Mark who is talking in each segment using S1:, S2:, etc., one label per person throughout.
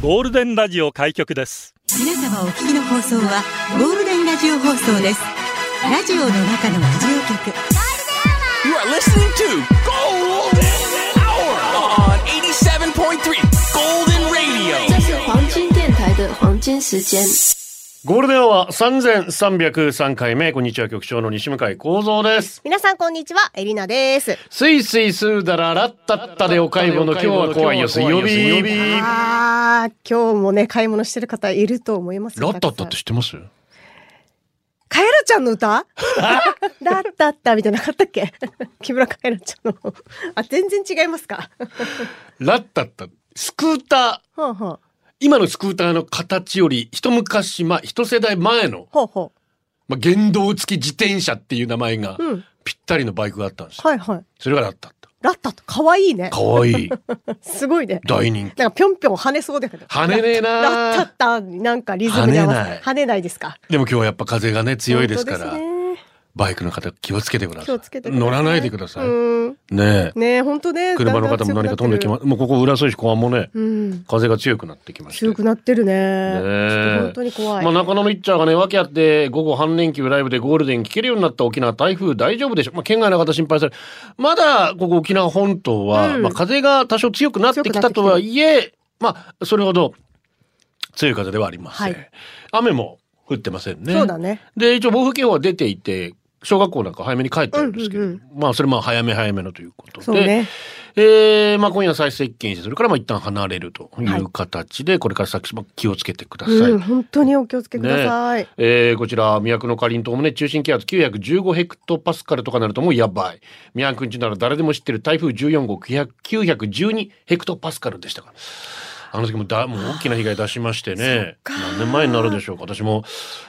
S1: ゴールデンラジオ開局です
S2: 皆様お聞きの放送はゴールデンラジオ放送ですラジオの中のラジオ局
S3: You are listening to Golden Hour on 87.3 Golden Radio.
S4: 这是黄金电台的黄金时间。
S5: ゴールデンは三千三百三回目こんにちは局長の西向井光三です。
S6: 皆さんこんにちは、エリナです。
S5: スイスイスーダララッタッタでお買い物今日は怖いよ水曜日。
S6: ああ、今日もね、買い物してる方いると思いますよ
S5: ラッタッタったて
S6: くさん
S5: 知ってます？
S6: カエラちゃんの歌 ラッタッタみたいなのなかったっけ 木村カエラちゃんの。あ、全然違いますか
S5: ラッタッタスクーター
S6: ほうほう。
S5: 今のスクーターの形より一昔前一世代前の
S6: ほうほ
S5: まあ原動付き自転車っていう名前が
S6: う。うん。
S5: ぴったりのバイクがあったんですよ。
S6: はいはい。
S5: それがラッタッタ。
S6: ラッタッタ、かわいいね。
S5: 可愛い い
S6: すごいね。
S5: 大人気。
S6: なんかぴょんぴょん跳ねそうだけど。
S5: 跳ねねえな
S6: ラッタッタになんかリズムで合わ
S5: 跳ね
S6: せ
S5: ない
S6: 跳ねないですか
S5: でも今日はやっぱ風がね強いですから
S6: 本当ですね
S5: バイクの方気をつけてくだ
S6: 気
S5: さい
S6: をつけてください
S5: 乗らないでください。
S6: うん。
S5: ねえ。
S6: ねえ、本当 ね。。
S5: 車の方も何か飛んできますす。もうここ浦添市公安もね、
S6: うん。
S5: 風が強くなってきました。
S6: 強くなってるね。
S5: ねえ
S6: ちょっと本当に怖い。
S5: まあ、中野のイッチャーがね、訳あって、午後半連休ライブでゴールデン聞けるようになった沖縄、台風大丈夫でしょまあ、県外の方心配される。まだ、ここ沖縄本島は、
S6: うん
S5: まあ、風が多少強くなってきたとはいえ、まあ、それほど強い風ではありません。
S6: はい
S5: 雨も降ってませんね。
S6: そうだね。
S5: で、一応暴風警報は出ていて、小学校なんか早めに帰ってるんですけど、
S6: うんうん
S5: まあ、それも早め早めのということで。
S6: そうね。
S5: えーまあ、今夜再接近して、それからまあ一旦離れるという形で、これから先、まあ、気をつけてください。
S6: うん、本当にお気をつけください。
S5: えーこちら、宮古のかりんとうもね、中心気圧915ヘクトパスカルとかなるともうやばい。宮古んちなら誰でも知ってる台風14号900 912ヘクトパスカルでしたから。あの時もだ、もう大きな被害出しましてね。何年前になるでしょうか。私も、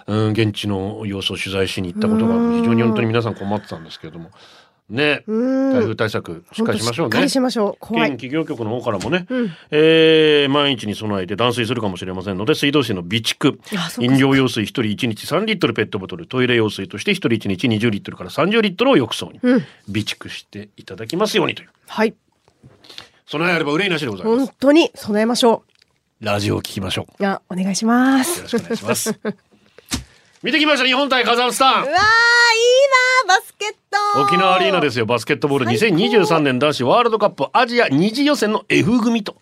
S5: うん、現地の様子を取材しに行ったことがあって、非常に本当に皆さん困ってたんですけれども。ね、
S6: うん。
S5: 台風対策、しっかりしましょう
S6: 本当しっか
S5: ね
S6: り。しましょう。怖
S5: 県
S6: い。
S5: 企業局の方からもね、
S6: うん
S5: えー毎日に備えて断水するかもしれませんので水道水の備蓄
S6: あそうか
S5: 飲料用水1人1日3リットルペットボトルトイレ用水として1人1日20リットルから30リットルを浴槽に
S6: う
S5: 備
S6: ん
S5: 蓄していただきますようにという
S6: はい。
S5: 備えあれば憂いなしでございま
S6: 本
S5: す
S6: 当に備えましょ
S5: ラジオを聞きましょう
S6: う。いや、お願いしま
S5: よ
S6: す。
S5: ろしくお願いします 見てきました日本対カザフスタン
S6: うわー、いいなーバスケット
S5: 沖縄アリーナですよバスケットボール
S6: 最高
S5: 2023年男子ワールドカップアジア2次予選の F 組と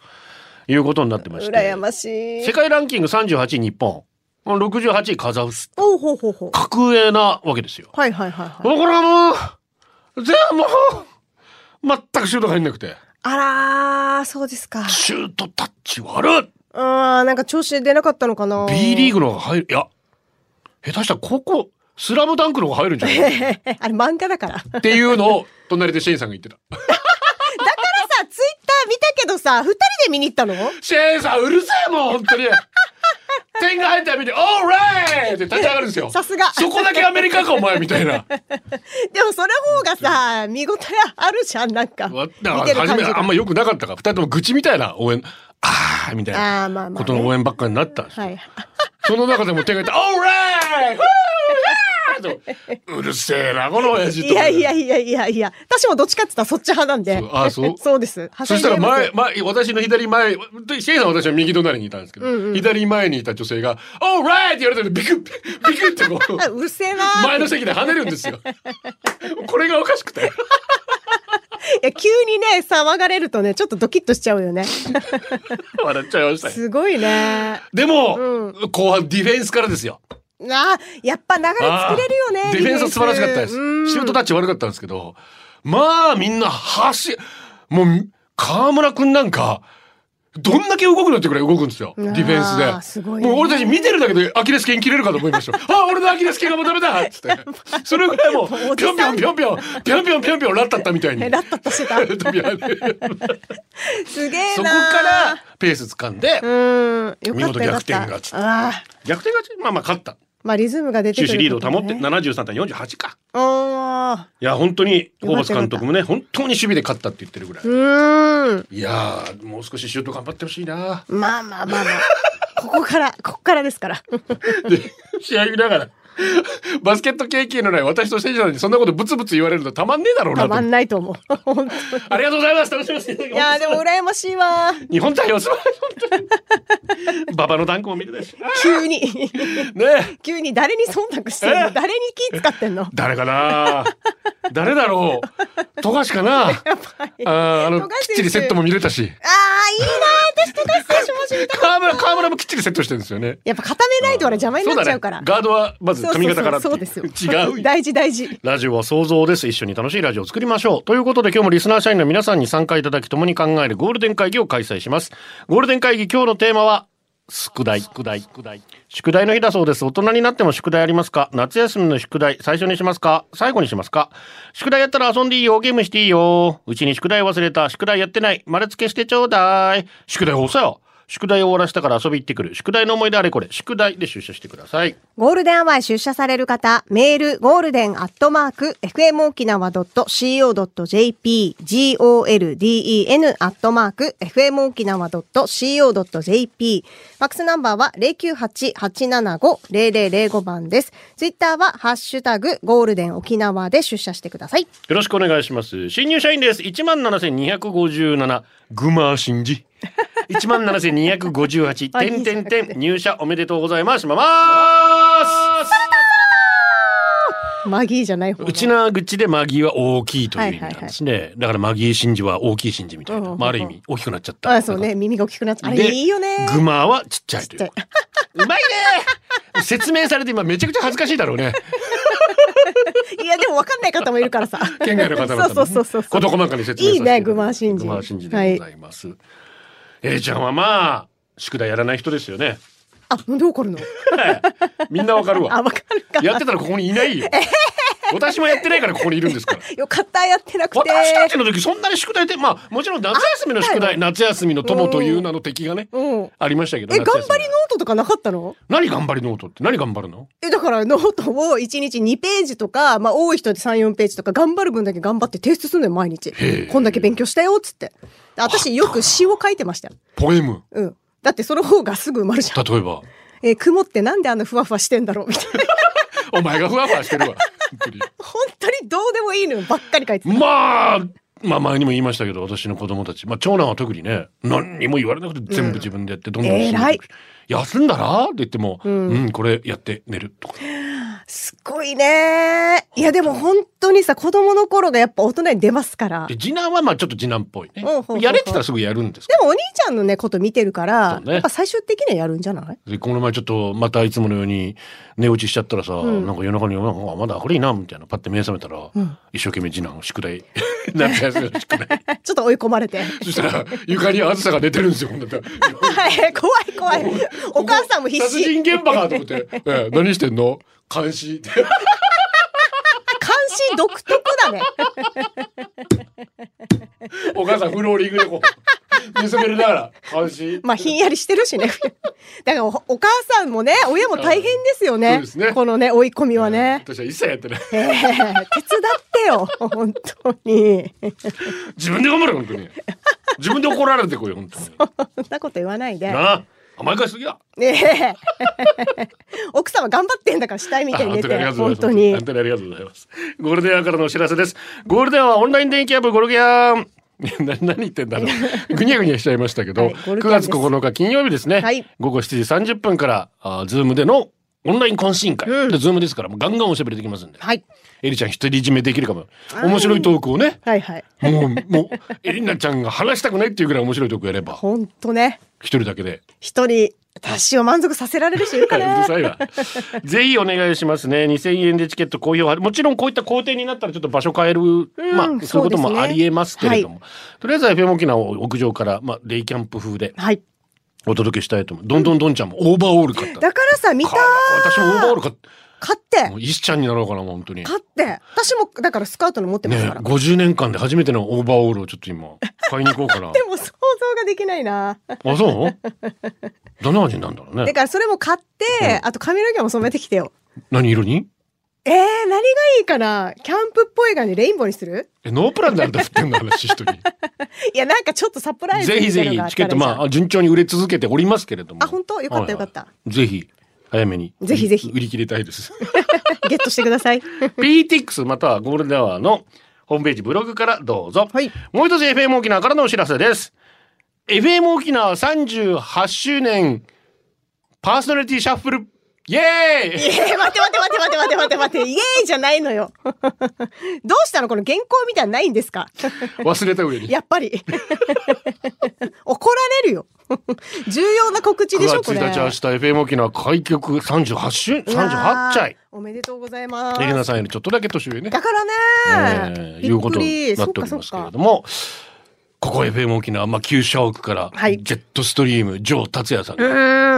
S5: いうことになってまして
S6: 羨ましい。
S5: 世界ランキング38位日本68位カザフス
S6: おうほうほうほう。
S5: 格上なわけですよ。
S6: はいはいはいはい。
S5: これはもう全部もう全くシュートが入んなくて
S6: あらー、そうですか。
S5: シュートタッチ悪い
S6: あー、なんか調子出なかったのかな
S5: B リーグの方が入るいや下手したらここスラムダンクの方が入るんじゃない
S6: え あれ漫画だから。
S5: っていうのを隣でシェインさんが言ってた。
S6: だからさ、ツイッター見たけどさ、二人で見に行ったの
S5: シェインさんうるせえもん本当に点が入ったら見て「オーライ!」って立ち上がるんですよ。
S6: さすが
S5: そこだけアメリカかお前みたいな。
S6: でもそれ方がさ、見応えあるじゃん、なんか。
S5: わ
S6: 見
S5: だか
S6: て
S5: ら初
S6: る感
S5: め
S6: じ
S5: あ
S6: が
S5: ん。ま良くなかったから二人とも愚痴みたいな応援あーみたい
S6: あーまあまあ
S5: な
S6: ね
S5: ことの応援ばっかりになったんですよ
S6: はい。
S5: その中でも手 が入って「オーライ!ウーイ!」とうるせえなこの親父
S6: い
S5: と
S6: やいやいやいやいや、私もどっちかって言ったらそっち派なんで
S5: そう。あそう
S6: そうです。
S5: そしたら前前私の左前でシェイさんは私は右隣にいたんですけど、左前にいた女性が「オーライ!」って言われたらビクッビクッてこう
S6: あ、うるせえなー。
S5: 前の席で跳ねるんですよこれがおかしくて
S6: いや急にね、騒がれるとね、ちょっとドキッとしちゃうよね。
S5: 笑っちゃいましたよ
S6: すごいね。
S5: でも、
S6: う
S5: 後半ディフェンスからですよ
S6: なあ、やっぱ流れ作れるよね
S5: あ。ーディフェンスは素晴らしかったです。
S6: うん
S5: シュートタッチ悪かったんですけど、まあみんな走、もう河村くんなんか、どんだけ動くのってくらい動くんですよ。
S6: う
S5: デ
S6: わー
S5: ィフェンスで。
S6: すごいね
S5: もう俺たち見てるだけでアキレス腱切れるかと思いましたよ。あー、俺のアキレス腱がもうダメだっつって。それぐらいもう、ぴょんぴょんぴょんぴょん、ぴょんぴょんぴょんぴょん、ラッタッタみたいに。
S6: えラッタッタしてた。
S5: 飛び跳ねる
S6: すげえな。
S5: そこから、ペース掴んで、
S6: うん、よかったよかっ
S5: 見事逆転
S6: た。
S5: 勝ち
S6: ああ、
S5: 逆転勝ち、まあまあ勝った。
S6: まあリズムが出てく
S5: 終
S6: る、
S5: 始リードを保って、。73対48か。
S6: おー
S5: いや本当にホーバス
S6: よかっ
S5: 監
S6: た
S5: 督もね本当に守備で勝ったって言ってるぐらい、
S6: うーん。
S5: いやーもう少しシュート頑張ってほしいな
S6: まあまあまあまあ。ここから、ここからですから。
S5: で試合見ながら バスケット経験のない私と選手なのにそんなことブツブツ言われるとたまんねえだろうな
S6: た
S5: と
S6: まんないと思う。 本
S5: ありがとうございます楽しみにしていただき
S6: 当い
S5: ます
S6: やーでも羨ましいわ。
S5: 日本代表すばらしい本当に ババのダンクも見てたしね
S6: 急に
S5: え
S6: 急に誰に忖度してんの
S5: え
S6: 誰に気使ってんの。
S5: 誰かな誰だろう富樫かなあーあの
S6: 富
S5: きっ
S6: 樫選手
S5: ちりセットも見れたし
S6: ああいいなー私高橋選手もしみたい。
S5: 河村河村もきっちりセットしてるんですよね
S6: やっぱ固めないとほら邪魔になっちゃうから。
S5: そだね、ガードはまず
S6: そうそう
S5: 髪型からってい
S6: そうですよ。
S5: 違う
S6: 大事大事。
S5: ラジオは想像です一緒に楽しいラジオを作りましょうということで今日もリスナー社員の皆さんに参加いただき共に考えるゴールデン会議を開催しますゴールデン会議今日のテーマは宿題宿題宿題宿題の日だそうです大人になっても宿題ありますか夏休みの宿題最初にしますか最後にしますか宿題やったら遊んでいいよゲームしていいようちに宿題忘れた宿題やってない丸付けしてちょうだい宿題押さよ宿題を終わらしたから遊び行ってくる宿題の思い出あれこれ宿題で出社してください
S6: ゴールデンアワーへ出社される方、メール、ゴールデンアットマーク、fmokinawa.co.jp、golden アットマーク、fmokinawa.co.jp。ファックスナンバーは098-875-0005番です。ツイッターは、ハッシュタグ、ゴールデン沖縄で出社してください。
S5: よろしくお願いします。新入社員です。一万七千二百五十七。グマー信 じ。一万七千二百五十八。
S6: あ
S5: てんてんて
S6: いいじゃなくて
S5: ん。入社おめでとうございます。まます。
S6: マギーじゃない方
S5: うちな愚痴でマギーは大きいという意味なんですね。だからマギー信じは大きい信じみたいな。
S6: うん
S5: まあ、ある意味大きくなっちゃった。
S6: あ、そうね。耳が大きくなっちゃう。あれ
S5: で
S6: いいよね。
S5: グマーはちっちゃいという。
S6: ちっち
S5: うまいね。説明されて今めちゃくちゃ恥ずかしいだろうね。
S6: いや、でも分かんない方もい るからさ。
S5: 県外の方々もね、
S6: そうそうそうそう。
S5: 事細かに説明させていただきます
S6: いいねグマー信じ
S5: グマー信じでございます。えいちゃんはまあ宿題やらない人ですよね。
S6: あ、なんで怒るの
S5: みんなわかる
S6: あ、
S5: わ。
S6: 分かるか。
S5: やってたらここにいない よ。私もやってないからここにいるんですから。
S6: よかった、やってなくて。
S5: 私たちの時そんなに宿題ってまあもちろん夏休みの宿
S6: あった
S5: 題夏休みの友という名の敵がね
S6: うん。
S5: ありましたけど
S6: え、
S5: 夏休
S6: 頑
S5: み
S6: 張りノートとかなかったの
S5: 何頑張りノートって何頑張るの
S6: え、だからノートを1日2ページとか、まあ多い人で3、4ページとか、頑張る分だけ頑張って提出するのよ、毎日
S5: へえ。
S6: こんだけ勉強したよ、っつって。で私よく詩を書いてましたよ。
S5: ポエム
S6: うん。だってその方がすぐ埋まるじゃん。
S5: 例えば
S6: えー雲ってなんであんなふわふわしてんだろうみたいな。
S5: お前がふわふわしてるわ本当に
S6: 本当にどうでもいいのばっかり書いてた。
S5: まあ、まあ前にも言いましたけど、私の子供たち、まあ長男は特にね、何にも言われなくて全部自分でやって、どんどん進んでく
S6: 偉い
S5: 休んだらって言っても、う
S6: うん
S5: ん、これやって寝るとか。
S6: すごいね。いや、でも本当にさ、子供の頃がやっぱ大人に出ますから。
S5: で、
S6: で
S5: 次男はまあちょっと次男っぽいね
S6: うんほうほうほ。う
S5: やれって言ったらすぐやるんですけ
S6: もお兄ちゃんのね、こと見てるから、
S5: そうね
S6: やっぱ最終的にはやるんじゃない
S5: どで、この前ちょっとまたいつものように寝落ちしちゃったらさ、
S6: うん
S5: なんか夜中に、なんかあまだこれいいな、みたいな、パッて目覚めたら、
S6: うん
S5: 一生懸命次男宿題、 夏休みの宿題。
S6: ちょっと追い込まれて。
S5: そしたら、床にあずさが寝てるんですよ、こんなの
S6: はい、怖い怖い。お母さんも必
S5: 殺人
S6: 死。
S5: 現場かと思 って、ええ何してんの監視。
S6: 関心独特だね。
S5: お母さんフローリングでこう、見つめるながら、監視。
S6: まあ、ひんやりしてるしね。 だからお、お母さんもね、親も大変ですよ
S5: そう
S6: ね。
S5: ですね
S6: このね、追い込みはね。
S5: 私は一切やってない。
S6: え え手伝ってよ、本当に。
S5: 自分で頑張れ、本当に。自分で怒られてこい、本当に。
S6: そんなこと言わないで。
S5: なあ、甘やかしすぎだ。
S6: ね え。奥様頑張ってんだから、死体みたい
S5: 本
S6: に寝
S5: 当にあり
S6: て。
S5: がとうご
S6: 本
S5: ざい
S6: 当
S5: ます。
S6: に
S5: 本。当にありがとうございます。ゴールデンアワーからのお知らせです。ゴールデンアワーオンライン電気アップゴルゲア ン。な何言ってんだろ う。ぐにゃぐにゃしちゃいましたけど、
S6: はいゴル
S5: 9
S6: ゲアンで
S5: 月
S6: す
S5: 9日金曜日ですね、
S6: はい
S5: 午後7時30分から、あーズームでのオンライン懇親会。
S6: うん
S5: でズームですから、もうガンガンおしゃべりできますんで。
S6: はい。
S5: エリちゃん独り占めできるかも。
S6: ー
S5: 面白いトークをね、
S6: はいはい。
S5: もう、もう、エリナちゃんが話したくないっていうぐらい面白いとこやれば、
S6: 本当ね。
S5: 一人だけで。
S6: 一人、私を満足させられる人いる
S5: う
S6: か
S5: る
S6: な。
S5: さいわ。ぜひお願いしますね。2000円でチケット好評。もちろんこういった工程になったらちょっと場所変える、まあ、そういうこと
S6: そうです
S5: も
S6: ね
S5: ありえますけれども。とりあえずは FM 沖縄を屋上から、まあ、レイキャンプ風で
S6: はい。
S5: お届けしたいと思う。どんどんどんちゃんもオーバーオール買った。
S6: だからさ、見た
S5: か私もオーバーオール買っ
S6: 勝って
S5: た。も。う石ちゃんになろうかな、もう本当に。ね
S6: 買って。私も、だからスカートの持ってますから。
S5: 50年間で初めてのオーバーオールをちょっと今、 買いに行こうかな。
S6: でも想像ができないな。
S5: あ、そうどんな味になるんだろう
S6: だ
S5: ね。
S6: からそれも買って、あと髪の毛も染めてきてよ。
S5: 何色に
S6: えー、何がいいかなキャンプっぽい感じレインボーにする
S5: え、ノープランであんた振ってんの話、人に。
S6: いや、なんかちょっとサプライズ
S5: ぜひぜひ、チケット、まあ、順調に売れ続けておりますけれども。
S6: あ本当よかったよかった
S5: はいはいぜひ、早めに
S6: ぜひぜひ
S5: 売り切れたいです。
S6: ゲットしてください。
S5: PTX またはゴールデンアワーのホームページブログからどうぞ。
S6: はい
S5: もう一つ FM 沖縄からのお知らせです。FM 沖縄38周年パーソナリティシャッフルイエーイ
S6: えー、待って待って待って待って待って待ってイエーイじゃないのよ。 どうしたのこの原稿みたいなのないんですか
S5: 忘れた上に。
S6: やっぱり。 怒られるよ。 重要な告知
S5: 9
S6: でしょ
S5: 月
S6: これ。
S5: 1日明日 FM 沖縄開局38周38歳。
S6: おめでとうございます。
S5: レギナさんよりちょっとだけ年上ね。
S6: だからね、
S5: えーいうことになっておりますけれども。ここ FM 沖縄、まあ、旧社屋から、
S6: はい
S5: ジェットストリーム、ジョー達也さんが、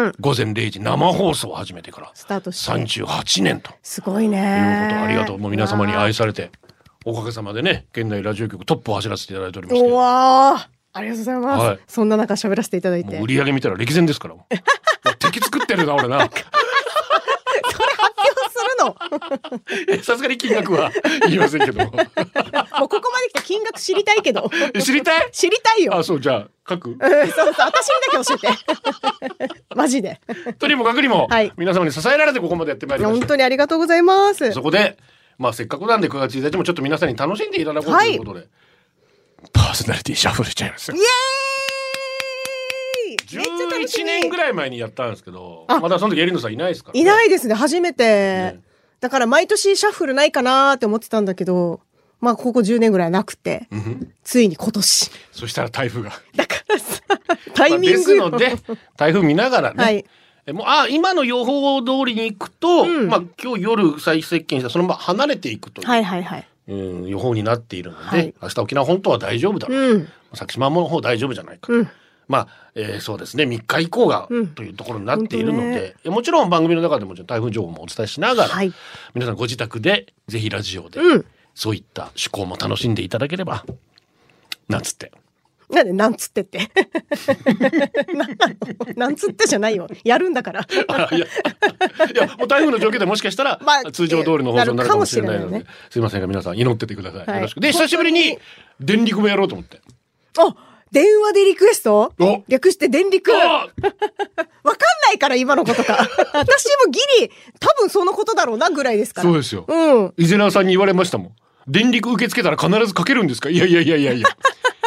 S6: うん
S5: 午前0時生放送を始めてから、
S6: スタートして
S5: 38年というこ
S6: すごいね
S5: と、ありがとう。もう皆様に愛
S6: し
S5: されて、おかげさまでね、現代ラジオ局トップを走らせていただいておりまして、
S6: う
S5: も
S6: わーありがとうございます、
S5: はい
S6: そんな中喋らせていただいて
S5: う売り上げ見たら歴然ですから。も うもう敵作ってるな、俺な。
S6: 発表する
S5: えさすがに金額は言いませんけども。
S6: のもうここまで来た金額知りたいけど
S5: 知りたい
S6: 知りたいよ
S5: あ、そう、じゃあ、各
S6: うんそうそう私にだけ教えて マジで
S5: とにもかくにも、
S6: はい
S5: 皆様に支えられてここまでやってまいりまし
S6: 本
S5: た。
S6: 当にありがとうございます
S5: そこで、まあ、せっかくなんで9月1日もちょっと皆さんに楽しんでいただこうと
S6: はいいう
S5: ことで、パーソナリティシャッフルしちゃいます
S6: イエーイめっちゃ楽し
S5: 11
S6: み
S5: 年ぐらい前にやったんですけど
S6: あ
S5: まだその時エリノさんいないですからね、
S6: いないですね、初めて。
S5: ね
S6: だから毎年シャッフルないかなーって思ってたんだけど、まあここ10年ぐらいなくて、
S5: うんうん
S6: ついに今 年。
S5: そしたら台風が
S6: だからさ、タイミング
S5: ま
S6: よ
S5: あ ですので台風見ながらね、
S6: はい。
S5: えもうあ今の予報通りに行くと、
S6: ん
S5: まあ、今日夜最接近してそのまま離れていくという、
S6: はいはいはい。
S5: うん予報になっているので、
S6: はい
S5: 明日沖縄本島は大丈夫だろう
S6: うん。
S5: 先島の方大丈夫じゃないか、
S6: うん
S5: まあ、えーそうですね3日以降が
S6: うん
S5: というところになっているの
S6: 本当
S5: で、もちろん番組の中でも台風情報もお伝えしながら、
S6: はい。
S5: 皆さんご自宅でぜひラジオで、
S6: うん。
S5: そういった趣向も楽しんでいただければなんつって
S6: なんで、なんつってって。 なんなのなんつってじゃないよ。やるん だから。
S5: あいやいやもう台風の状況でもしかしたら、
S6: まあ
S5: 通常通りの放送になるかもしれないので
S6: なるかもしれないよね
S5: すいませんが皆さん祈っててください、
S6: はい
S5: よろしくで久しぶりに電力もやろうと思って
S6: あ電話でリクエスト
S5: お
S6: 略して電力
S5: あ
S6: わかんないから今のことか。私もギリ、多分そのことだろうなぐらいですか ら。
S5: そうですよ
S6: うん。
S5: 伊勢直さんに言われましたもん電力受け付けたら必ずかけるんですかいやいやいやいやいや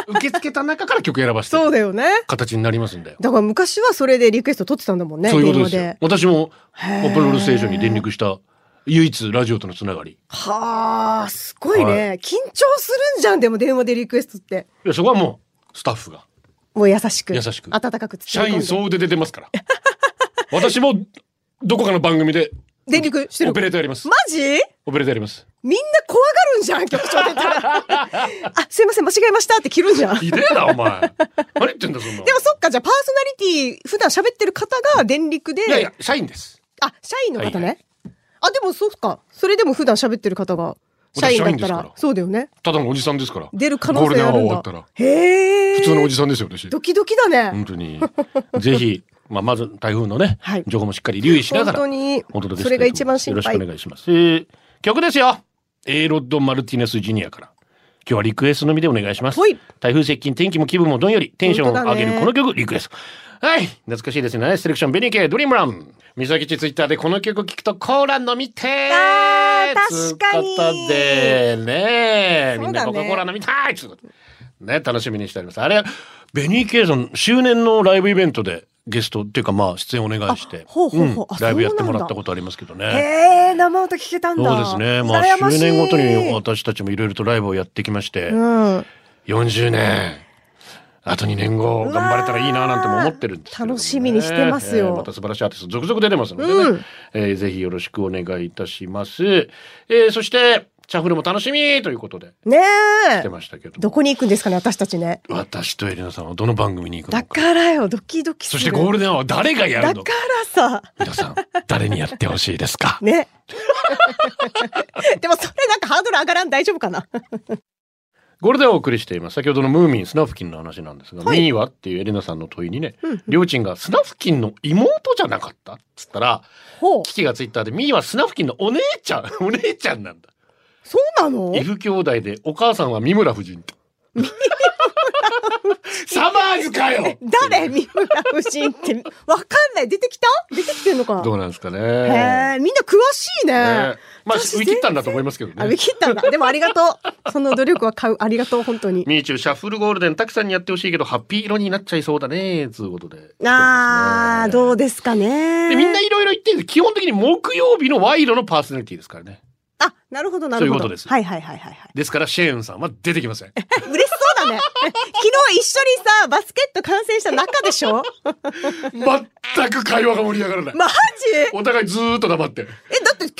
S5: 受け付けた中から曲選ばせて
S6: そうだよね。
S5: 形になりますんだよ、
S6: だから昔はそれでリクエスト取ってたんだもんね。
S5: そういうことです
S6: 電
S5: よ
S6: 話
S5: 私も
S6: へー
S5: オプロールステーションに電力した唯一ラジオとのつながり
S6: はあ、すごいね、
S5: は
S6: 緊張するんじゃん、でも電話でリクエストって。
S5: いやそこはもうスタッフが
S6: もう優しく。
S5: 優しく
S6: 温かく包み込
S5: 社
S6: んで
S5: 員総出で出ますから私もどこかの番組で
S6: 電力して
S5: オペレ
S6: る。
S5: ーターやります
S6: マジ
S5: オペレーターやります
S6: みんな怖がるんじゃん、局長出た ら。あ、すいません、間違えましたって切るんじゃん。
S5: ひでえなお前何言ってんだそんな
S6: でもそっか、じゃあパーソナリティ、普段喋ってる方が電力で、
S5: いやいや社員です
S6: あ、社員の方ね。
S5: はいは
S6: あ、でもそっか。それでも普段喋ってる方が、社員だ
S5: 私
S6: っ
S5: 社員で
S6: た
S5: す
S6: ら、
S5: から
S6: そうだよね。
S5: ただのおじさんですから
S6: 出る可能性あ
S5: ゴールデンアワー
S6: る
S5: 終
S6: ん
S5: わ
S6: だ
S5: ったら。
S6: へえ。
S5: 普通のおじさんですよ私
S6: ドキドキだね。
S5: 本当に ぜひ、まあ、まず台風のね、
S6: はい
S5: 情報もしっかり留意しながら
S6: 本当に
S5: お届けし
S6: そ
S5: てい
S6: れ
S5: きま
S6: が
S5: す
S6: 一番心
S5: よろし
S6: 配
S5: くお願いします、えー曲ですよ A ロッド・マルティネス・ジュニアから今日はリクエストのみでお願いします
S6: ほい
S5: 台風接近天気も気分もどんよりテンションを上げるこ
S6: 本当だ
S5: の曲リクエストはい懐かしいですねセレクションベニーケドリームラン三崎ちツイッターでこの曲聴くとコーラ飲みてー
S6: あー確かに
S5: つうことでねみんな
S6: そ
S5: コ
S6: うだ
S5: カ・
S6: ね
S5: コーラ飲みたいつうことでね楽しみにしておりますあれベニーケイさん周年のライブイベントでゲストっていうかまあ出演お願いして
S6: あほうほうほうあ
S5: んライブやって
S6: そうな
S5: も
S6: んだ
S5: らったことありますけどね
S6: へえ、生音聞けたん
S5: そう
S6: だ。
S5: ですね。まあ、
S6: 羨し
S5: 10
S6: い
S5: 年ごとに私たちもいろいろとライブをやってきまして、
S6: うん。
S5: 40年。あと2年後頑張れたらいいななんても思ってるんですけれどもね
S6: 楽しみにしてますよ
S5: えーまた素晴らしいアーティスト続々出てますのでね、
S6: うん
S5: えーぜひよろしくお願いいたします。えーそしてシャッフルも楽しみということで
S6: ね
S5: 来て
S6: え。
S5: ましたけど
S6: どこに行くんですかね、私たちね。
S5: 私とエリナさんはどの番組に行くの
S6: だ
S5: か
S6: からよ、ドキドキす
S5: そ
S6: る。
S5: してゴールデンアワーは誰がや
S6: だ
S5: るの
S6: か
S5: から
S6: さ、
S5: 皆さん誰にやってほしいですか
S6: ね。でもそれなんかハードル上がらん大丈夫かな。
S5: ゴールデンをお送りしています。先ほどのムーミン、スナフキンの話なんですが、
S6: はい
S5: ミーはっていうエレナさんの問いにね
S6: うんうん、
S5: りょうちんがスナフキンの妹じゃなかったっつったら、
S6: ほう。
S5: キキがツイッターで、ミーはスナフキンのお姉ちゃん、 お姉ちゃんなんだ。
S6: そうなの
S5: イフ兄弟で、お母さんは三村夫人って。サマーズかよ
S6: 誰三浦夫人ってわかんない出てきた出てきてんのか
S5: どうなんですかね。
S6: へえみんな詳しいね、
S5: ねまあ、
S6: 私
S5: 売り切ったんだと思いますけど
S6: あ見
S5: ね。
S6: 切ったんだでもありがと うその努力は買うありがとう本当に
S5: ミーチュー、シャッフルゴールデン、たくさんにやってほしいけど、ハッピー色になっちゃいそうだね、つうことで。
S6: あー
S5: そう
S6: どうですかね
S5: ですねでみんないろいろ言ってるんです基本的に木曜日のワイドのパーソナリティですからね。
S6: あなるほどな
S5: そ
S6: るほど
S5: ういうことです
S6: はいはいはいはいはい
S5: ですから、シェーンさんは出てきません。
S6: 嬉しそうだね 昨日一緒にさバスケット観戦した中でしょ
S5: 全く会話が盛り上がらない。
S6: マジえ
S5: お互いずーっと黙って。
S6: だって共通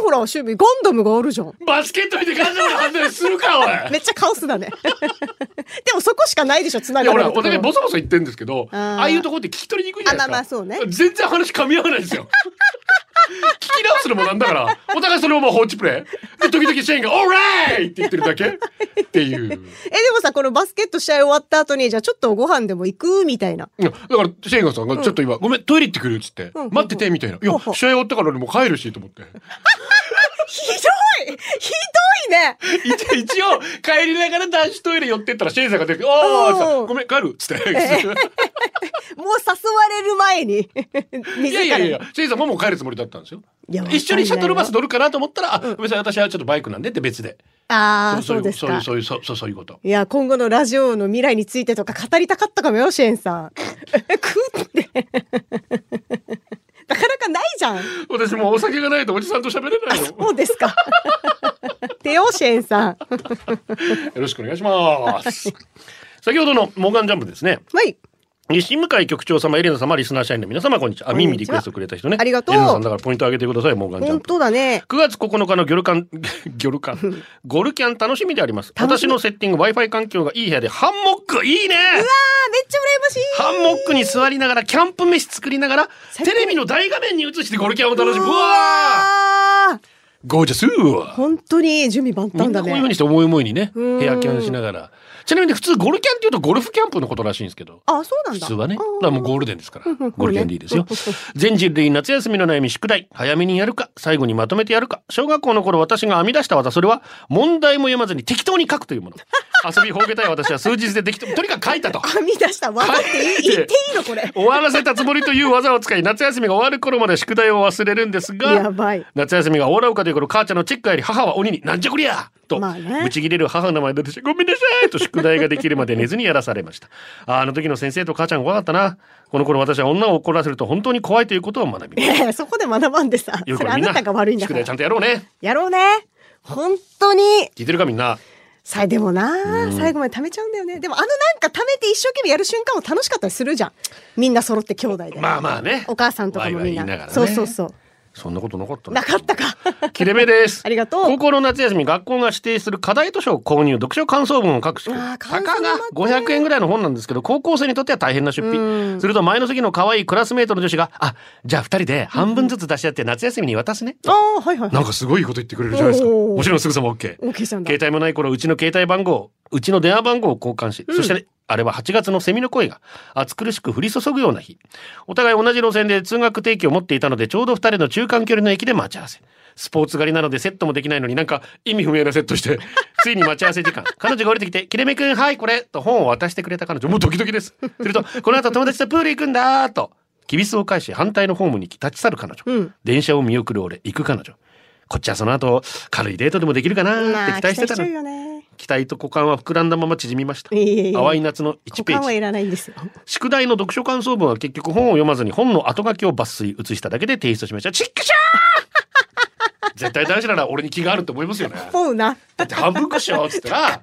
S6: のほら趣味ガンダムがあるじ ゃん
S5: バスケット見てガンダムの判断するか、おい
S6: めっちゃカオスだね でもそこしかないでしょつないが
S5: やほ
S6: れる
S5: ら
S6: とこ
S5: お互いボソボソ言ってるんですけど
S6: あ
S5: あ
S6: ー
S5: あいうところって聞き取りにくいじゃないですか
S6: あまあまあそうね
S5: 全然話噛み合わないんですよ聞き直すのもなんだからお互いそのまま放置プレイで時々シェーンが「オーライ!」って言ってるだけっていう
S6: えでもさこのバスケット試合終わった後にじゃあちょっとご飯でも行くみたいな
S5: だからシェーンがさんが「ちょっと今、ごめんトイレ行ってくる」っつって「
S6: うん
S5: 待ってて」みたいな「いや試
S6: ほうほ
S5: 合
S6: う
S5: 終わったから俺もう帰るし」と思って
S6: ひどいひどいね
S5: 一一応帰りながら男子トイレ寄ってったらシェーンさんが出て「おーっつって
S6: おー
S5: ごめん帰る」っつ って。
S6: もう誘われる前に
S5: いやいやいや、シェイさんももう帰るつもりだったんですよ。
S6: いやわかんないよ
S5: 一緒にシャトルバス乗るかなと思ったら、あ、ごめんなさい、私はちょっとバイクなんでって別で。
S6: ああそう
S5: い
S6: です
S5: そうい
S6: か
S5: う、そういう、そうそうそういうこと。
S6: いや今後のラジオの未来についてとか語りたかったかもよシエンさ ん食って なかなかない じゃん
S5: 私もうお酒がないとおじさんと喋れないの。よ
S6: そうですかてよシエンさん
S5: ろしくお願いし ます。先ほどのモーガンジャンプですね。
S6: はい
S5: 西向井局長様、エレナ様、リスナー社員の皆様、こんにちは。あ、
S6: こんにちは
S5: ミミリクエストくれた人ね。
S6: ありがとう
S5: エレナさんだからポイントあげてください、モーガンジャン
S6: 本
S5: プ。
S6: 当だね
S5: 9月9日のギョルカン、 ギョルカン、 ゴルキャン楽しみであります。
S6: 楽し
S5: 私
S6: み
S5: のセッティング、Wi-Fi 環境がいい部屋で、ハンモックいいね
S6: あーめっちゃ羨ましい
S5: ハンモックに座りながらキャンプ飯作りながら
S6: 最
S5: テ
S6: 高
S5: レビの大画面に映してゴルキャンを楽しむう
S6: う
S5: わー
S6: わー
S5: ゴージャス
S6: 本当に準備万
S5: み
S6: 端
S5: ん
S6: だ
S5: なこういうふう
S6: ね
S5: にして思い思いにね
S6: うん
S5: 部屋キャンしながらちなみに普通ゴルキャンっていうとゴルフキャンプのことらしいんですけど
S6: あそうなん
S5: 普
S6: だ
S5: 通はねだ
S6: あー
S5: からもうゴールデンですから
S6: うんうん
S5: ゴルキャンでいいですよ全人類夏休みの悩み宿題早めにやるか最後にまとめてやるか小学校の頃私が編み出した技それは問題も読まずに適当に書くというもの遊びほうけたい私は数日でできととにかく書いたと
S6: 編み出した技っていい言っていいのこれ
S5: 終わらせたつもりという技を使い夏休みが終わる頃まで宿題を忘れるんです
S6: や
S5: が
S6: ばい
S5: 夏休みが終わろうかという頃母ちゃんのチェッカーより母は鬼に「なんじゃこりゃ!」と
S6: まあね
S5: ぶち切れる母の前で「ごめんなさい!」と宿題ができるまで寝ずにやらされましたああの時の先生と母ちゃん怖かったなこの頃私は女を怒らせると本当に怖いということを学びま
S6: い
S5: し
S6: やいやそこで学ばんでさ
S5: たよ
S6: そ
S5: く
S6: れあ
S5: みん
S6: な
S5: な
S6: たが悪いんだ
S5: 宿
S6: から
S5: 題ちゃんとやろうね
S6: やろうね本当に
S5: 聞いてるかみんな
S6: さでもな最後まで貯めちゃうんだよねでもあのなんか貯めて一生懸命やる瞬間も楽しかったりするじゃんみんな揃って兄弟で、
S5: まあまあね
S6: お母さんとかもみんな
S5: ワイワイ言いながらね
S6: そうそうそう
S5: そんなことなかった
S6: なかったか
S5: 切れ目です
S6: ありがとう
S5: 高校の夏休み学校が指定する課題図書を購入読書感想文を書くし
S6: あー
S5: た
S6: 感想
S5: かが
S6: 文もあって
S5: 500円ぐらいの本なんですけど高校生にとっては大変な出
S6: う
S5: 費
S6: ん
S5: すると前の席の可愛いクラスメートの女子が「あじゃあ2人で半分ずつ出し合って夏休みに渡すね」
S6: ああはいはい
S5: な
S6: は
S5: んかすごいこと言ってくれるじゃないですか
S6: おー
S5: もちろんすぐさま OK
S6: い OK ちゃんだ
S5: 携帯もない頃うちの携帯番号うちの電話番号を交換し、そしてねあれは8月のセミの声が暑苦しく降り注ぐような日お互い同じ路線で通学定期を持っていたのでちょうど2人の中間距離の駅で待ち合わせスポーツ狩りなのでセットもできないのになんか意味不明なセットして ついに待ち合わせ時間彼女が降りてきて「切れ目くんはいこれ」と本を渡してくれた彼女もうドキドキですすると「この後友達とプール行くんだ」ときびすを返し反対のホームに立ち去る彼女、
S6: うん
S5: 電車を見送る俺行く彼女こっちはその後軽いデートでもできるかなって
S6: まあ
S5: 期
S6: 期待
S5: 待し
S6: し
S5: た
S6: てちゃ
S5: の
S6: う
S5: に
S6: よね
S5: 期待と股間は膨らんだまま縮みました
S6: いえいえいえ
S5: 淡い夏の1
S6: 股
S5: ペ
S6: 間は
S5: ージ
S6: いらないんですよ
S5: 宿題の読書感想文は結局本を読まずに本の後書きを抜粋写しただけで提出しましたちっくしゃー 絶対男子なら俺に気があると思いますよ ね
S6: そうな
S5: だって半分こしようっつった ら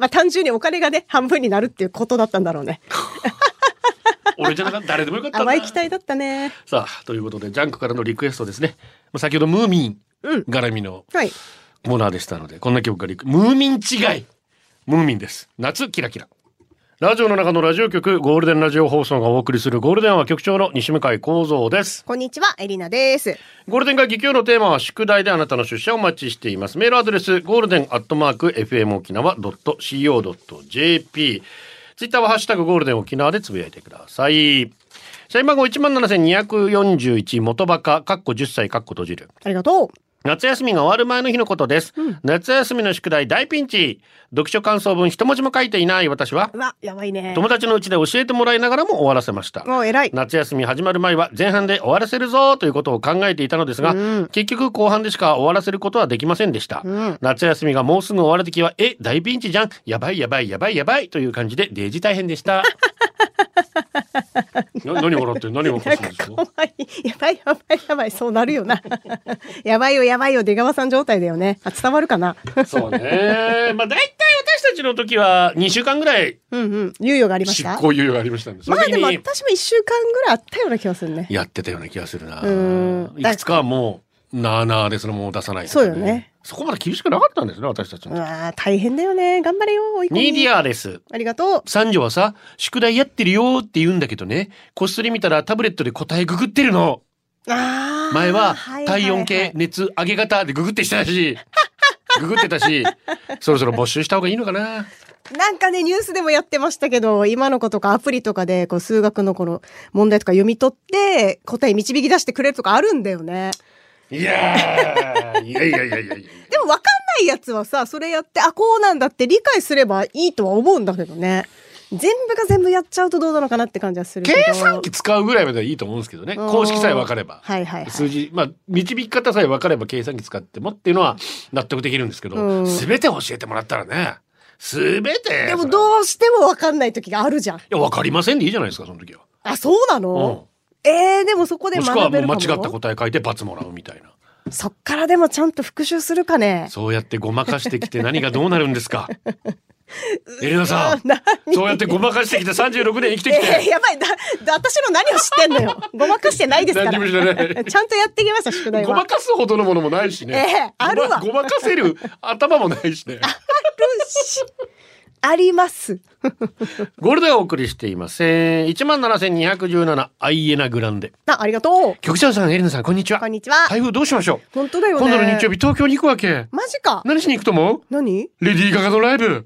S6: まあ単純にお金がね半分になるっていうことだったんだろ うね
S5: 俺じゃなかった誰でもよかったんだ
S6: 甘い期待だったね
S5: さあということでジャンクからのリクエストですねまあ先ほどムーミン
S6: うん
S5: 絡みの
S6: はい
S5: モナーでしたのでこんな曲がリクムーミン違いムーミンです夏キラキララジオの中のラジオ局ゴールデンラジオ放送がお送りするゴールデンは局長の西向井光三です
S6: こんにちはエリナです
S5: ゴールデン会議今日のテーマは宿題であなたの出社をお待ちしていますメールアドレスゴールデンアットマーク FM 沖縄 .co.jp ツイッターはハッシュタグゴールデン沖縄でつぶやいてください社員番号17241元バカかっこ10歳かっこ閉じる
S6: ありがとう
S5: 夏休みが終わる前の日のことです、夏休みの宿題大ピンチ読書感想文一文字も書いていない私は
S6: うわ、やばいね。
S5: 友達のうちで教えてもらいながらも終わらせました
S6: お、偉い。
S5: 夏休み始まる前は前半で終わらせるぞということを考えていたのですが、
S6: うん
S5: 結局後半でしか終わらせることはできませんでした、
S6: うん
S5: 夏休みがもうすぐ終わる時はえ大ピンチじゃんやばいやばいやばいやばいという感じでデージ大変でした な何笑ってる何笑
S6: な
S5: っ
S6: ん
S5: てるんですか
S6: か怖い。 やばいやばいやばい。そうなるよな。 やばいよやばいよ。出川さん状態だよね。あ伝わるかな
S5: そうねまあ大体私たちの時は2週間ぐらい
S6: うんうん。猶予がありまし
S5: 執
S6: た。
S5: 行猶予がありましたんでそ
S6: ま
S5: の
S6: あ
S5: 時
S6: でも
S5: に
S6: 私も一週間ぐらいあったような気がするね。
S5: やってたような気がするな
S6: うん
S5: いくつかはもうなあなあでそのまま出さないとか、
S6: そうよね
S5: そこまで厳しくなかったんですね私たちの
S6: う
S5: 時
S6: わー大変だよね。頑張れよ。追い込み
S5: ニーディアーです。
S6: ありがとう。
S5: 三女はさ、宿題やってるよって言うんだけどね、こっそり見たらタブレットで答えググってるの。
S6: あー
S5: 前は
S6: はいいい
S5: 体温計、熱、上げ方でググってしたし、 ググってたし、そろそろ募集した方がいいのかな。
S6: なんかね、ニュースでもやってましたけど、今の子とかアプリとかで、こう、数学のこの問題とか読み取って、答え導き出してくれるとかあるんだよね。
S5: いやー、いやいやいやいや いや。
S6: でも分かんないやつはさ、それやって、あ、こうなんだって理解すればいいとは思うんだけどね。全部が全部やっちゃうとどうなのかなって感じはするけ
S5: 計
S6: ど。
S5: 算機使うぐらいまではいいと思うんですけどね。
S6: うん
S5: 公式さえ分かれば。
S6: はいはい、はい。
S5: 数字、まあ、導き方さえ分かれば計算機使ってもっていうのは納得できるんですけ
S6: う
S5: ど、
S6: ん
S5: すべて教えてもらったらね、すべて。
S6: でもどうしても分かんない時があるじゃん。
S5: いや、わかりませんでいいじゃないですか、その時は。
S6: あ、そうなの、えー、でもそこで
S5: もしくは
S6: 学
S5: も
S6: べ
S5: う
S6: るか
S5: 間違
S6: も。
S5: った答え書いて罰もらうみたいな。
S6: そっからでもちゃんと復習するかね。
S5: そうやってごまかしてきて何がどうなるんです かエレナさん
S6: うわ、 何
S5: そうやってごまかしてきて36年生きてき
S6: えー、
S5: て。
S6: や ばいだだ私の何を知ってん のよごまかしてないですから
S5: 何にも知らない
S6: ちゃんとやってきました宿題
S5: ご
S6: は
S5: まかすほどのものもないしね。
S6: ええあるわ
S5: ごまごまかせる頭もないし ね。
S6: あるしあります
S5: ゴールデンをお送りしています。えー、17,217アイエナグランデ。
S6: あありがとう
S5: 局長さん、エレナさん、こんにちは。
S6: こんにちは
S5: 台風どうしましょう
S6: 本当だよね
S5: 今度の日曜日、東京に行くわけ。
S6: マジか
S5: 何しに行くと思う
S6: 何
S5: レディー・ガガのライ ブ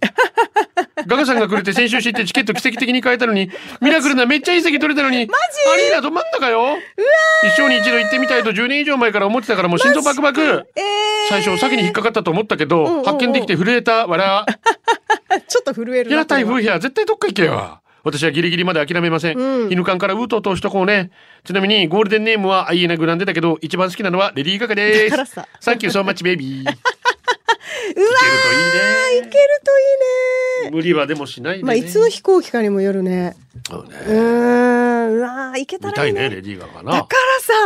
S5: ガガさんがくれて先週知ってチケット奇跡的に買えたのにミラクルなめっちゃいい席取れたのにマジアリーナど真ん中よ一生に一度行ってみたいと10年以上前から思ってたからもう心臓バクバク
S6: えー、
S5: 最初お 酒に引っかかったと思ったけど、
S6: うんうん
S5: 発見できて震えた笑
S6: ちょっと震える
S5: いや台
S6: こ
S5: 風や絶対どっか行けよ私はギリギリまで諦めません、
S6: うん
S5: 犬館からウートウとしとこうねちなみにゴールデンネームはアイエナグランデだけど一番好きなのはレディー・ガガで
S6: だから
S5: す
S6: さ
S5: サンキューソーマッチベイビーいける
S6: れはうわ
S5: といいね
S6: ーいけるといいね
S5: 無理はでもしないで、ね。
S6: まあいつの飛行機かにもよるね
S5: そうね
S6: うーんうわーいけた
S5: 見
S6: ら
S5: た
S6: いい
S5: い
S6: ね
S5: ね、レディーガガ
S6: だ
S5: な
S6: か。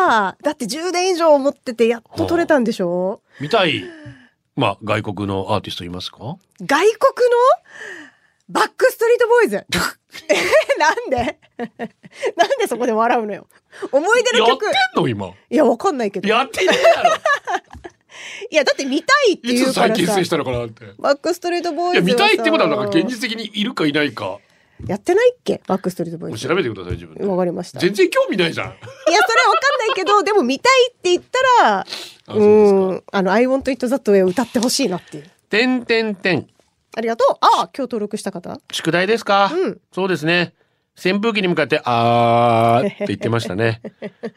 S6: らさだって10年以上思っててやっと取れたんでしょ
S5: 見たい。まあ、外国のアーティストいますか
S6: 外国のバックストリート ボーイズえなんで なんでそこで笑うのよ思い出
S5: や
S6: の
S5: って
S6: 曲
S5: んの今。
S6: いやわかんないけどい
S5: やってねえだ ろ。
S6: やだって見たいって
S5: いつ
S6: 言うか
S5: 再
S6: ら
S5: 結
S6: さ
S5: 成したのかなって。い
S6: バックストリートボーイズ
S5: や、見たいってことは、
S6: な
S5: なんんか現実的にいるかいないか。
S6: やってないっけバックストリートボー
S5: も
S6: イ
S5: う
S6: ズ
S5: 調べてください、自分で。
S6: わかりましたいや
S5: 全然興味ないじゃん。
S6: それはわかんないけど でも見たいって言ったら
S5: そうですか
S6: んあの「I want it that way」を歌ってほしいなっていう
S5: てんてんてん。
S6: ありがとうああ今日登録した方
S5: 宿題ですか、
S6: うん
S5: そうですね。扇風機に向かって、あーって言ってました ね。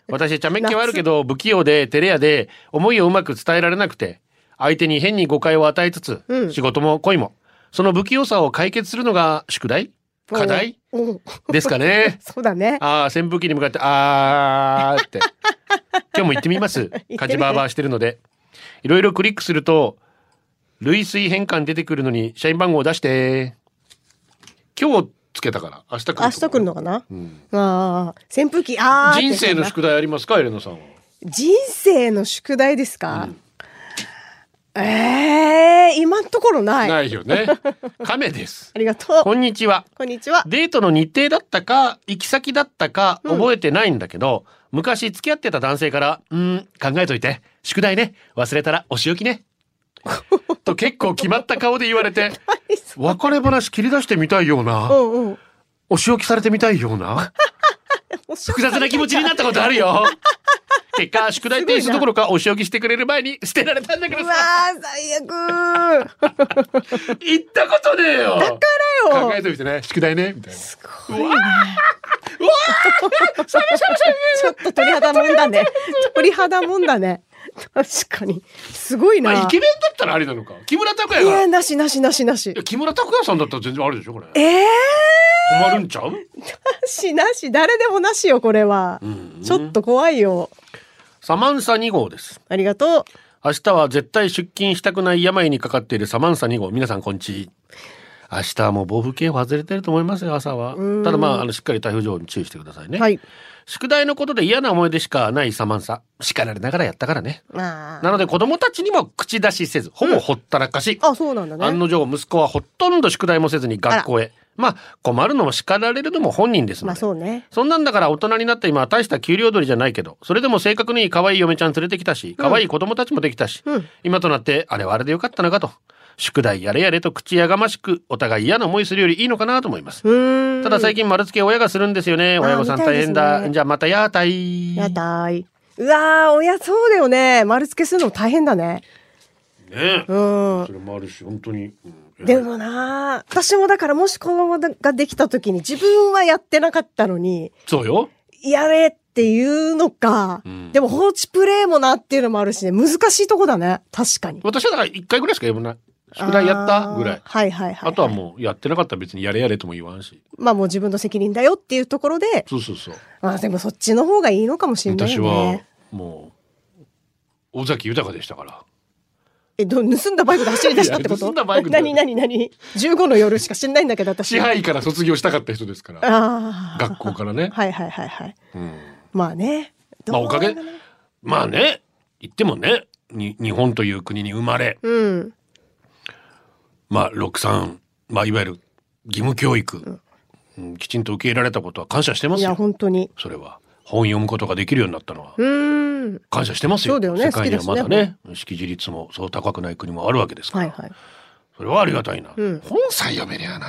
S5: 私、茶目っ気はあるけど、不器用で、照れ屋で、思いをうまく伝えられなくて、相手に変に誤解を与えつつ、
S6: うん
S5: 仕事も恋も、その不器用さを解決するのが宿題課題
S6: おう。
S5: ですかね
S6: そうだね
S5: あー、扇風機に向かって、あー って。今日も行ってみます
S6: て。みて
S5: カジバーバーしてるので。いろいろクリックすると、類推変換出てくるのに、社員番号を出して。今日つけたから、明日来ると思う。
S6: 明日来るのかな、
S5: ん
S6: ああ扇風機ああ
S5: 人生の宿題ありますか、エレナさんは。
S6: 人生の宿題ですか、ええ今のところない
S5: ないよ ね。亀です。
S6: ありがとう
S5: こんにちは。
S6: こんにちは
S5: デートの日程だったか、行き先だったか、覚えてないんだけど、昔付き合ってた男性から、うん、考えといて、宿題ね、忘れたらお仕置き ね。と結構決まった顔で言われて、別れ話切り出してみたいよう
S6: う
S5: な、
S6: んうん
S5: お仕置きされてみたいような、複雑な気持ちになったことある よ。結果、宿題提出どころかお仕置きしてくれる前に捨てられたんだけど
S6: う
S5: さ
S6: わ、ー最悪
S5: 行ったことねえよ。だか
S6: だよ
S5: 考えといてね、宿題ね、みたいな。
S6: すごいねうわーちょっと鳥肌もんだね鳥肌もんだね確かに。すごい
S5: ま
S6: な。
S5: あイケメンだったらありなのか木村拓哉
S6: い
S5: が
S6: や、
S5: い
S6: なしなしなしなし
S5: や。木村拓哉さんだったら全然あるでしょこれ
S6: ええ
S5: 困るんちゃう
S6: ー、なしなし。誰でもなしよ、これは。ちょっと怖いよ。
S5: サマンサ2号です
S6: ありがとう。
S5: 明日は絶対出勤したくない病にかかっているサマンサ2号皆さんこんち明日はもう暴風警報外れてると思いますよ朝はただまああのしっかり台風情報に注意してくださいね、
S6: はい。
S5: 宿題のことで嫌な思い出しかないサマンサ叱られながらやったからね
S6: ま
S5: な
S6: あ。
S5: ので子供たちにも口出しせずほぼほったらかし、
S6: あ、そうなんだ
S5: 案
S6: ね。
S5: の定息子はほとんど宿題もせずに学校へまあ困るのも叱られるのも本人ですので、
S6: まあ、そうね。
S5: そんなんだから大人になった今は大した給料取りじゃないけどそれでも性格のいい可愛い嫁ちゃん連れてきたし可愛い子供たちもできたし、
S6: うん
S5: 今となってあれはあれでよかったのかと宿題やれやれと口やがましくお互い嫌な思いするよりいいのかなと思います、
S6: うーん。
S5: ただ最近丸付け親がするんですよね
S6: あー
S5: 親御さん
S6: 見たい
S5: 大
S6: です
S5: 変
S6: ね
S5: だ、じゃあまたやーたい
S6: やだい。うわー、親そうだよね。丸付けするの大変だね。
S5: ねえ
S6: うん。
S5: それもあるし本当に、うん
S6: でもなあ私もだからもし子供ができた時に自分はやってなかったのに、
S5: そうよ
S6: やれっていうのか、
S5: ん
S6: でも放置プレイもなっていうのもあるしね、難しいとこだね。確かに。
S5: 私はだから一回ぐらいしかやらない宿題やった
S6: あー
S5: ぐらい
S6: はいはいはい。
S5: あとはもうやってなかったら別にやれやれとも言わんし
S6: まあもう自分の責任だよっていうところで、
S5: そうそうそう
S6: まあでもそっちの方がいいのかもしれない
S5: 私
S6: よ
S5: は
S6: ね。
S5: もう尾崎豊でしたから
S6: え、ど、盗んだバイクで走り出したってこ
S5: いや
S6: と
S5: 盗んだバイクで
S6: 何何何 ?15 の夜しか知んないんだけど、私。
S5: 支配から卒業したかった人ですから
S6: ああ。
S5: 学校からね、
S6: はいはいはいはい。
S5: うん
S6: まあね。
S5: まあおかげ
S6: どうなんだろ
S5: まあね言ってもねに日本という国に生まれ
S6: ううん。
S5: まあ六三まあいわゆる義務教育、うんきちんと受け入れられたことは感謝してま
S6: い
S5: す
S6: や、
S5: よ
S6: 本当に。
S5: それは本読むことができるようになったのは
S6: うーん。
S5: 感謝してますよ
S6: そうだよね
S5: 世界にはまだ
S6: 好きです
S5: ね識字率もそう高くない国もあるわけですから、
S6: はいはい。
S5: それはありがたいな、
S6: うん
S5: 本さえ読めりゃな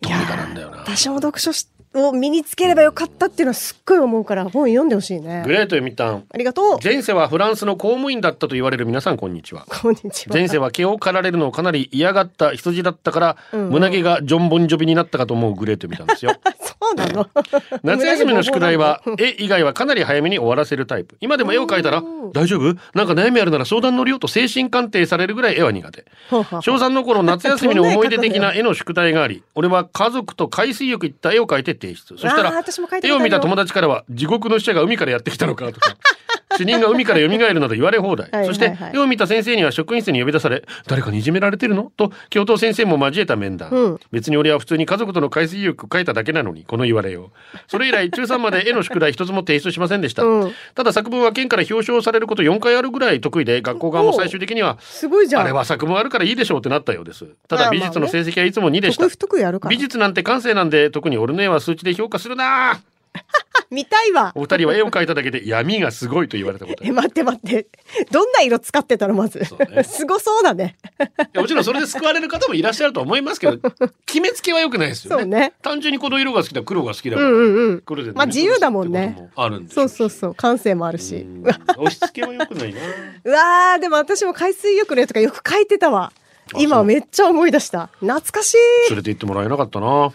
S5: どうにかなんだよな
S6: 私も読書しを身につければよかったっていうのはすっごい思うから本読んでほしいね
S5: グ。レート読谷
S6: ありがとう。
S5: 前世はフランスの公務員だったと言われる皆さんこんにちは
S6: こんにちは。
S5: 前世は毛を刈られるのをかなり嫌がった羊だったから、
S6: うんうん
S5: 胸毛がジョン・ボンジョビになったかと思うグレート読谷ですよ
S6: そうなの。
S5: 夏休みの宿題は絵以外はかなり早めに終わらせるタイプ今でも絵を描いたら
S6: う
S5: 「
S6: ん
S5: 大丈夫なんか悩みあるなら相談乗るよ」と精神鑑定されるぐらい絵は苦手
S6: ほうほうほ う。
S5: 小三の頃夏休みの思い出的な絵の宿題があり俺は家族と海水浴行った絵を描いて提出そした
S6: あー
S5: ら
S6: 私も書いたことある
S5: 絵
S6: よ
S5: を見た友達からは地獄の使者が海からやってきたのかと か死人が海から蘇るなど言われ放題
S6: はいはいは
S5: そ
S6: い
S5: して絵を見た先生には職員室に呼び出され誰かにいじめられてるのと教頭先生も交えた面談、
S6: うん
S5: 別に俺は普通に家族との海水浴描いただけなのにこの言われようそれ以来中3まで絵の宿題一つも提出しませんでした、
S6: うん
S5: ただ作文は県から表彰されること4回あるぐらい得意で学校側も最終的には
S6: すごいじゃん。
S5: あれは作文あるからいいでしょうってなったようです。ただ美術の成績はいつも2でし
S6: 得
S5: た
S6: 意。不得意やるから。
S5: 美術なんて感性なんで特に俺の絵は数値で評価するな
S6: あ見たいわ
S5: お。二人は絵を描いただけで闇がすごいと言われた ことあ
S6: え
S5: る
S6: 待って待って。どんな色使ってたのまず
S5: うね。
S6: すごそうだね。
S5: いやもちろんそれで救われる方もいらっしゃると思いますけど 決めつけは良くないですよね
S6: そうね
S5: 単純にこの色が好きだ黒が好きだ
S6: う
S5: から、
S6: んうんうん。
S5: 黒で
S6: まあ自由だもんね
S5: ってこともあるんでしょ
S6: そううそうそう感性もあるし。
S5: うん押し付けは良く ないな
S6: うわーでも私も海水浴の絵とかよく書いてたわ今めっちゃ思い出した懐かしい
S5: 連れて行ってもらえなかったな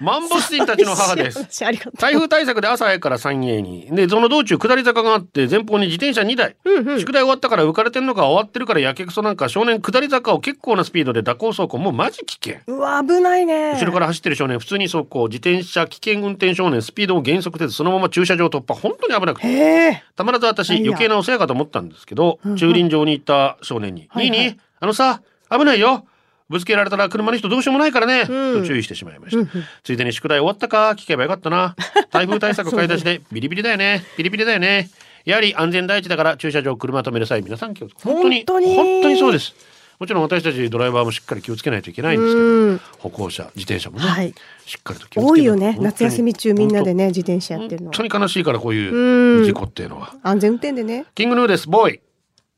S5: マンボス人たちの母 です
S6: 寂しい話ありがとう
S5: 台風対策で朝早くから山陰にでその道中下り坂があって前方に自転車2台、宿題終わったから浮かれてんのか終わってるからやけくそなんか少年下り坂を結構なスピードで蛇行走行もうマジ危険
S6: うわ危ないね
S5: 後ろから走ってる少年普通に走行自転車危険運転少年スピードを減速せずそのまま駐車場突破本当に危なくて
S6: へえ
S5: たまらず私
S6: いや
S5: 余計なお世話かと思ったんですけど駐輪場に行った少年に「
S6: い
S5: いいにあのさ危ないよぶつけられたら車の人どうしようもないからね」
S6: うん
S5: と注意してしまいました、ついでに宿題終わったか聞けばよかったな台風対策買い出し でビリビリだよねビリビリだよねやはり安全第一だから駐車場車止める際皆さん気をつけ本当に
S6: 本当に
S5: 本当にそうですもちろん私たちドライバーもしっかり気をつけないといけないんですけ
S6: うん
S5: ど歩行者自転車もね、
S6: はい
S5: しっかりと気をつけて
S6: 多いよね
S5: 本当に
S6: 夏休み中みんなでね自転車やっ
S5: 本
S6: て
S5: 当
S6: るの
S5: 本当に悲しいからこういううん事故っていうのは
S6: 安全運転でね
S5: キングヌーですボーイ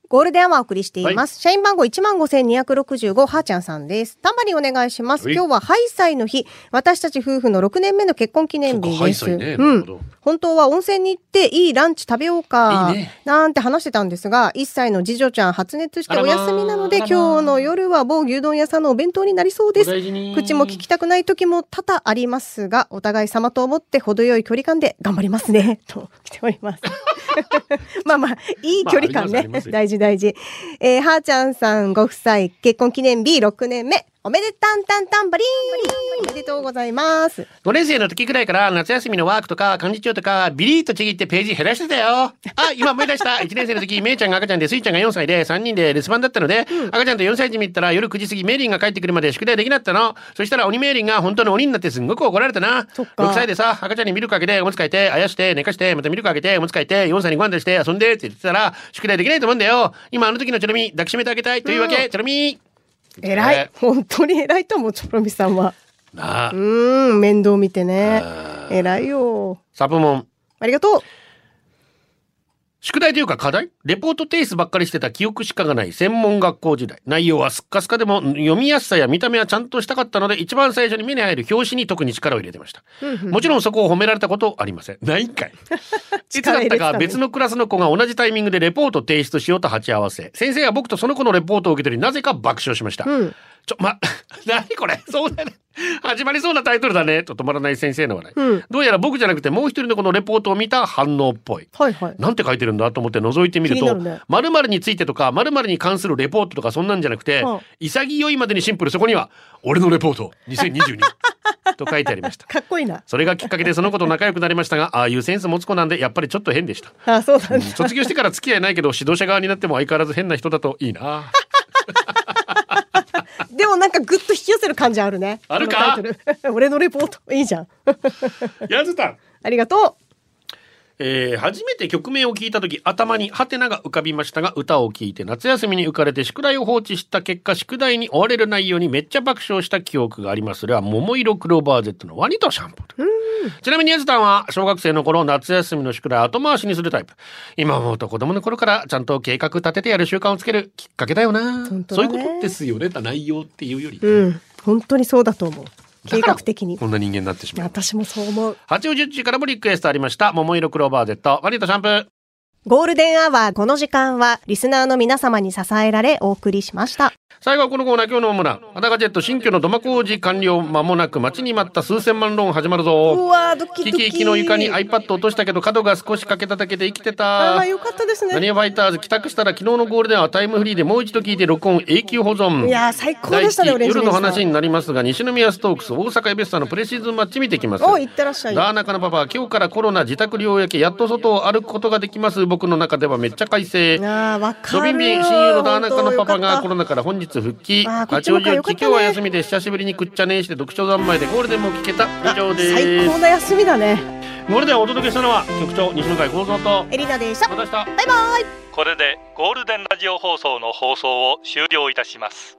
S6: ゴールデンアワーお送りしています。社員番号15,265、はーちゃんさんです。タンバリンお願いします。
S5: はい
S6: 今日はハイサイの日。私たち夫婦の6年目の結婚記念
S5: そっ
S6: 日
S5: かハイ
S6: で
S5: サ
S6: す。
S5: イねな
S6: う
S5: るほど
S6: ん。本当は温泉に行っていいランチ食べようか。
S5: いいね
S6: なんて話してたんですが、1歳の次女ちゃん発熱してお休みなので、
S5: あらまー
S6: 今日の夜は某牛丼屋さんのお弁当になりそうで
S5: お
S6: す
S5: 大事に。
S6: 口も聞きたくない時も多 々ありますが、お互い様と思って程よい距離感で頑張りますね。と来ております。 まあまあ、いい距離感
S5: まああ
S6: ね
S5: りますあります。よ
S6: 大事大事。えー、はーちゃんさんご夫妻、結婚記念日6年目、おめでたんたんたんばりーんおめでとうございます。
S5: 5年生の時くらいから夏休みのワークとか幹事長とかビリッとちぎってページ減らしてた よ。あ、今思い出した。1年生の時、めいちゃんが赤ちゃんで、スイちゃんが4歳で、3人で留守番だったので、赤ちゃんと4歳児見ったら夜9時過ぎ、メイリンが帰ってくるまで宿題できなかったの。そしたら鬼メイリンが本当に鬼になってすんごく怒られたな。
S6: そっか
S5: 6歳でさ、赤ちゃんにミルクあげて、おむつ替えて、あやして、寝かして、またミルクあげて、おむつ替えて、4歳にご飯出して遊んでって言ってたら、宿題できないと思うんだよ。今あの時のチョロミ、抱きしめてあげたいというわけ、チョロミ。
S6: 偉い。
S5: ね
S6: 本当に偉いと思う、チョロミさんは。
S5: なあ
S6: う。ーん、面倒見てね。偉いよ。
S5: サブモン。
S6: ありがとう。
S5: 宿題というか課題レポート提出ばっかりしてた記憶しかがない専門学校時代。内容はすっかすかでも読みやすさや見た目はちゃんとしたかったので一番最初に目に入る表紙に特に力を入れてました。もちろんそこを褒められたことありません。ないんか い。いつだったか別のクラスの子が同じタイミングでレポート提出しようと鉢合わせ。先生は僕とその子のレポートを受け取りなぜか爆笑しました。
S6: うん。
S5: ちょ、ま、 何これそうだね。始まりそうなタイトルだね。と止まらない先生の笑い。
S6: うん
S5: どうやら僕じゃなくてもう一人の子のレポートを見た反応っぽい。
S6: はいはい。
S5: なんて書いてるんだと思って覗いてみる
S6: 気に
S5: と
S6: なるね
S5: 〇〇についてとか〇〇に関するレポートとかそんなんじゃなくて、
S6: うん
S5: 潔いまでにシンプルそこには「俺のレポート2022」と 書いてありました。
S6: かっこいいな。
S5: それがきっかけでその子と仲良くなりましたがああいうセンス持つ子なんでやっぱりちょっと変でした。
S6: あ、そうなんだ。
S5: 卒業してから付き合いないけど指導者側になっても相変わらず変な人だといい な。
S6: でもなんかぐっと引き寄せる感じあるね。
S5: あるか
S6: このタイトル 俺のレポート。いいじゃん。
S5: やずたん
S6: ありがとう。
S5: えー初めて曲名を聞いた時頭にハテナが浮かびましたが歌を聞いて夏休みに浮かれて宿題を放置した結果宿題に追われる内容にめっちゃ爆笑した記憶がありますそれは桃色クローバー Z のワニとシャンプーちなみにヤズタンは小学生の頃夏休みの宿題後回しにするタイプ今思うと子供の頃からちゃんと計画立ててやる習慣をつけるきっかけだよな
S6: 本当
S5: そ
S6: だ
S5: うい
S6: ね
S5: うことですよね内容っていうより、
S6: うん。本当にそうだと思う。計画的に
S5: こ。んな人間になってしまう
S6: 私もそう思う。
S5: 八王子中からもリクエストありました桃色クローバー Z ワニとシャンプー
S6: ゴールデンアワーこの時間はリスナーの皆様に支えられお送りしました。
S5: 最後はこのコーナー今日のオムラン裸ジェット新居の土間工事完了間もなく待ちに待った数千万ローン始まる
S6: う
S5: ぞ
S6: わードキ
S5: キ
S6: ドキ。
S5: キイキの床に iPad 落としたけど角が少し欠けただけで生きてた
S6: ああよかったです
S5: なに
S6: ね。
S5: わファイターズ帰宅したら昨日のゴールデンはタイムフリーでもう一度聞いて録音永久保存
S6: いやー最高でしたね
S5: 第一
S6: オレ
S5: 夜
S6: ンジレンジさん
S5: の話になりますが西宮ストークス大阪エベスタのプレシーズンマッチ見てきます
S6: おいってらっしゃい。
S5: ダーナカのパパは今日からコロナ自宅療養明けやっと外を歩くことができます僕の中ではめっちゃ快晴
S6: ああわかる。
S5: ドビンビン親友のダーナカのパパがコロ
S6: の。
S5: ナから本日復帰
S6: あーこっ
S5: 八
S6: ち
S5: 王
S6: も
S5: 子
S6: か
S5: を
S6: よか
S5: 今
S6: ったね
S5: 日は休みで久しぶりにくっちゃねえして読書三昧でゴールデンも聞けた以上
S6: 最
S5: で
S6: 高
S5: す
S6: な休みだね。
S5: ゴールデンをお届けしたのは局長西向井幸三と
S6: エリナでした。
S5: ま
S6: バ
S5: た明日
S6: イバイ。
S1: これでゴールデンラジオ放送の放送を終了いたします